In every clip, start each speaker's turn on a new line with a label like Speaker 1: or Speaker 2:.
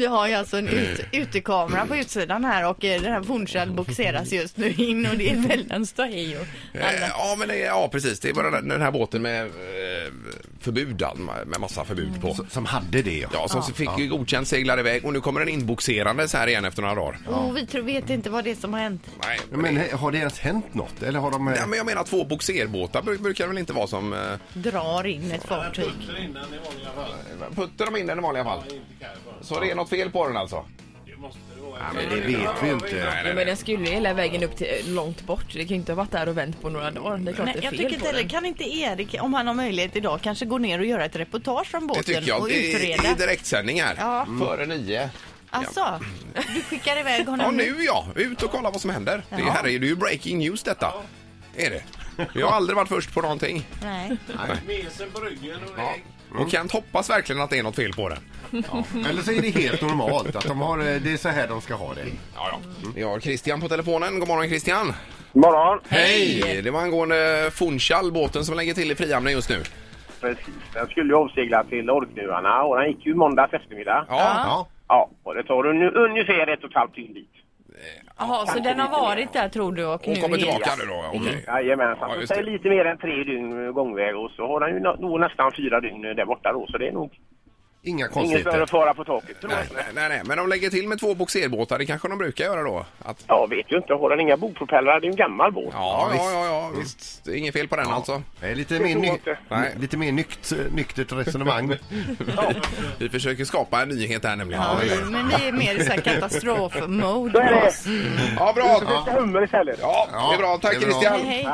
Speaker 1: Vi har ju alltså en ut, utekamera på utsidan här och eh, den här Funchal boxeras just nu in och det är väldans ståhej och
Speaker 2: Eh,
Speaker 1: alla.
Speaker 2: Ja, men det, ja, precis. Det är bara den, den här båten med eh, förbud, all- med massa förbud på.
Speaker 3: Som hade det,
Speaker 2: Ja, som fick
Speaker 3: Mm. Ja.
Speaker 2: ja. godkänt seglar iväg och nu kommer den inboxerandes här igen efter några dagar.
Speaker 1: Oh, vi tror, vet inte vad det är som har hänt.
Speaker 2: Nej,
Speaker 3: Ja, Men he- har det ens hänt något? Eller har de... eh,
Speaker 2: Ja, men jag menar två boxerbåtar bru- brukar det väl inte vara som... Eh,
Speaker 1: Drar in ett fartyg.
Speaker 4: innan i vanliga fall.
Speaker 2: putter de in den i vanliga fall? Så det är något fel på den alltså?
Speaker 4: Det måste det vara.
Speaker 3: Ja, men det vet vi ju inte.
Speaker 2: Nej, nej,
Speaker 5: Men den
Speaker 2: nej.
Speaker 5: skulle ju hela vägen upp till eh, långt bort. Det kan ju inte ha varit där och vänt på några dagar. Det är klart
Speaker 1: Nej,
Speaker 5: det är
Speaker 1: jag
Speaker 5: fel
Speaker 1: tycker inte
Speaker 5: på
Speaker 1: heller,
Speaker 5: den.
Speaker 1: kan inte Erik, om han har möjlighet idag, kanske gå ner och göra ett reportage från
Speaker 2: Det
Speaker 1: båten
Speaker 2: tycker jag.
Speaker 1: och
Speaker 2: Det är, det
Speaker 1: utreda?
Speaker 2: är direktsändning här. Mm.
Speaker 1: Ja.
Speaker 2: Före nio.
Speaker 1: Alltså, du skickar iväg honom
Speaker 2: Ja, nu ja. Ut och kolla vad som händer. Det är, här är det är ju breaking news detta. Är det. Jag har aldrig varit först på någonting.
Speaker 1: Nej.
Speaker 4: Mesen på ryggen och
Speaker 2: Ja.
Speaker 4: ägg.
Speaker 2: Och Kent hoppas verkligen att det är något fel på den.
Speaker 3: Eller så är det helt normalt att de har... eh, Det är så här de ska ha det.
Speaker 2: Ja, ja. Vi har Christian på telefonen. God morgon Christian!
Speaker 6: Morgon!
Speaker 2: Hej! Det var angående Funchal, båten som lägger till i Frihamnen just nu.
Speaker 6: Precis. Den skulle ju avsegla till Orknuarna och den gick ju måndag eftermiddag.
Speaker 2: Ja,
Speaker 3: Ja.
Speaker 6: Ja, och det tar un- ungefär ett och ett halvt dygn dit.
Speaker 5: Jaha, så den har varit där tror du och
Speaker 2: hon
Speaker 5: nu
Speaker 2: kommer
Speaker 5: är-
Speaker 2: tillbaka nu då. Okej.
Speaker 6: Mm. Jajamensan.
Speaker 2: Ja,
Speaker 6: det
Speaker 2: just det.
Speaker 6: tar lite mer än tre dygn gångväg och så har den ju nå- nog nästan fyra dygn där borta då så det är nog
Speaker 3: Inga
Speaker 6: ingen större
Speaker 3: konstigheter.
Speaker 6: fara på taket tror jag.
Speaker 2: Nej, nej, nej, men de lägger till med två boxerbåtar. Det kanske de brukar göra då. Att,
Speaker 6: Jag vet ju inte, har den inga bogpropellrar? Det är ju en gammal båt.
Speaker 2: ja, ja,
Speaker 3: visst.
Speaker 2: ja, ja, visst. Det är inget fel på den alltså.
Speaker 3: Det är lite mer, ny,
Speaker 6: Det
Speaker 2: Nej.
Speaker 3: lite mer nykt, nyktert resonemang.
Speaker 2: Vi försöker skapa en nyhet här nämligen.
Speaker 1: Ja,
Speaker 2: Ja,
Speaker 1: vi, men vi är mer i så här
Speaker 6: Så
Speaker 1: katastrofmode
Speaker 6: är
Speaker 1: på
Speaker 6: det.
Speaker 1: oss.
Speaker 2: ja bra!
Speaker 6: Det är hummer istället.
Speaker 2: Ja, det är bra. Tack
Speaker 3: det är bra.
Speaker 2: Christian!
Speaker 1: Hej,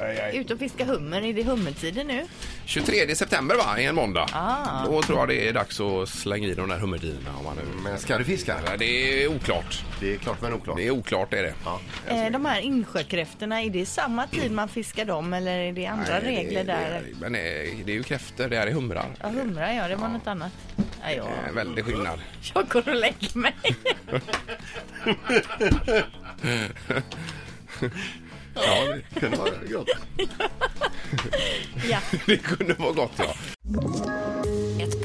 Speaker 1: hej.
Speaker 2: då.
Speaker 1: Ut och fiska hummer, är det hummertider nu?
Speaker 2: 23 september va, i en måndag.
Speaker 1: Ah.
Speaker 2: Då tror jag det är dags att slänga i de där hummerdinerna om man nu...
Speaker 3: Men ska du fiska?
Speaker 2: Ja, Det är oklart.
Speaker 3: Det är klart men oklart.
Speaker 2: Det är oklart är det.
Speaker 1: Eh, de här insjökräftorna, är det samma tid man fiskar dem eller är det andra
Speaker 2: Nej,
Speaker 1: regler
Speaker 2: det,
Speaker 1: där?
Speaker 2: Det, men eh, det är ju kräftor, det här är humrar.
Speaker 1: Ja, humrar ja, det var något annat. Ja, jag,
Speaker 2: Eh, Väldig skillnad.
Speaker 1: jag går och lägger mig.
Speaker 3: Ja, det kunde vara gott.
Speaker 1: ja.
Speaker 2: Det kunde vara gott ja.
Speaker 7: Ett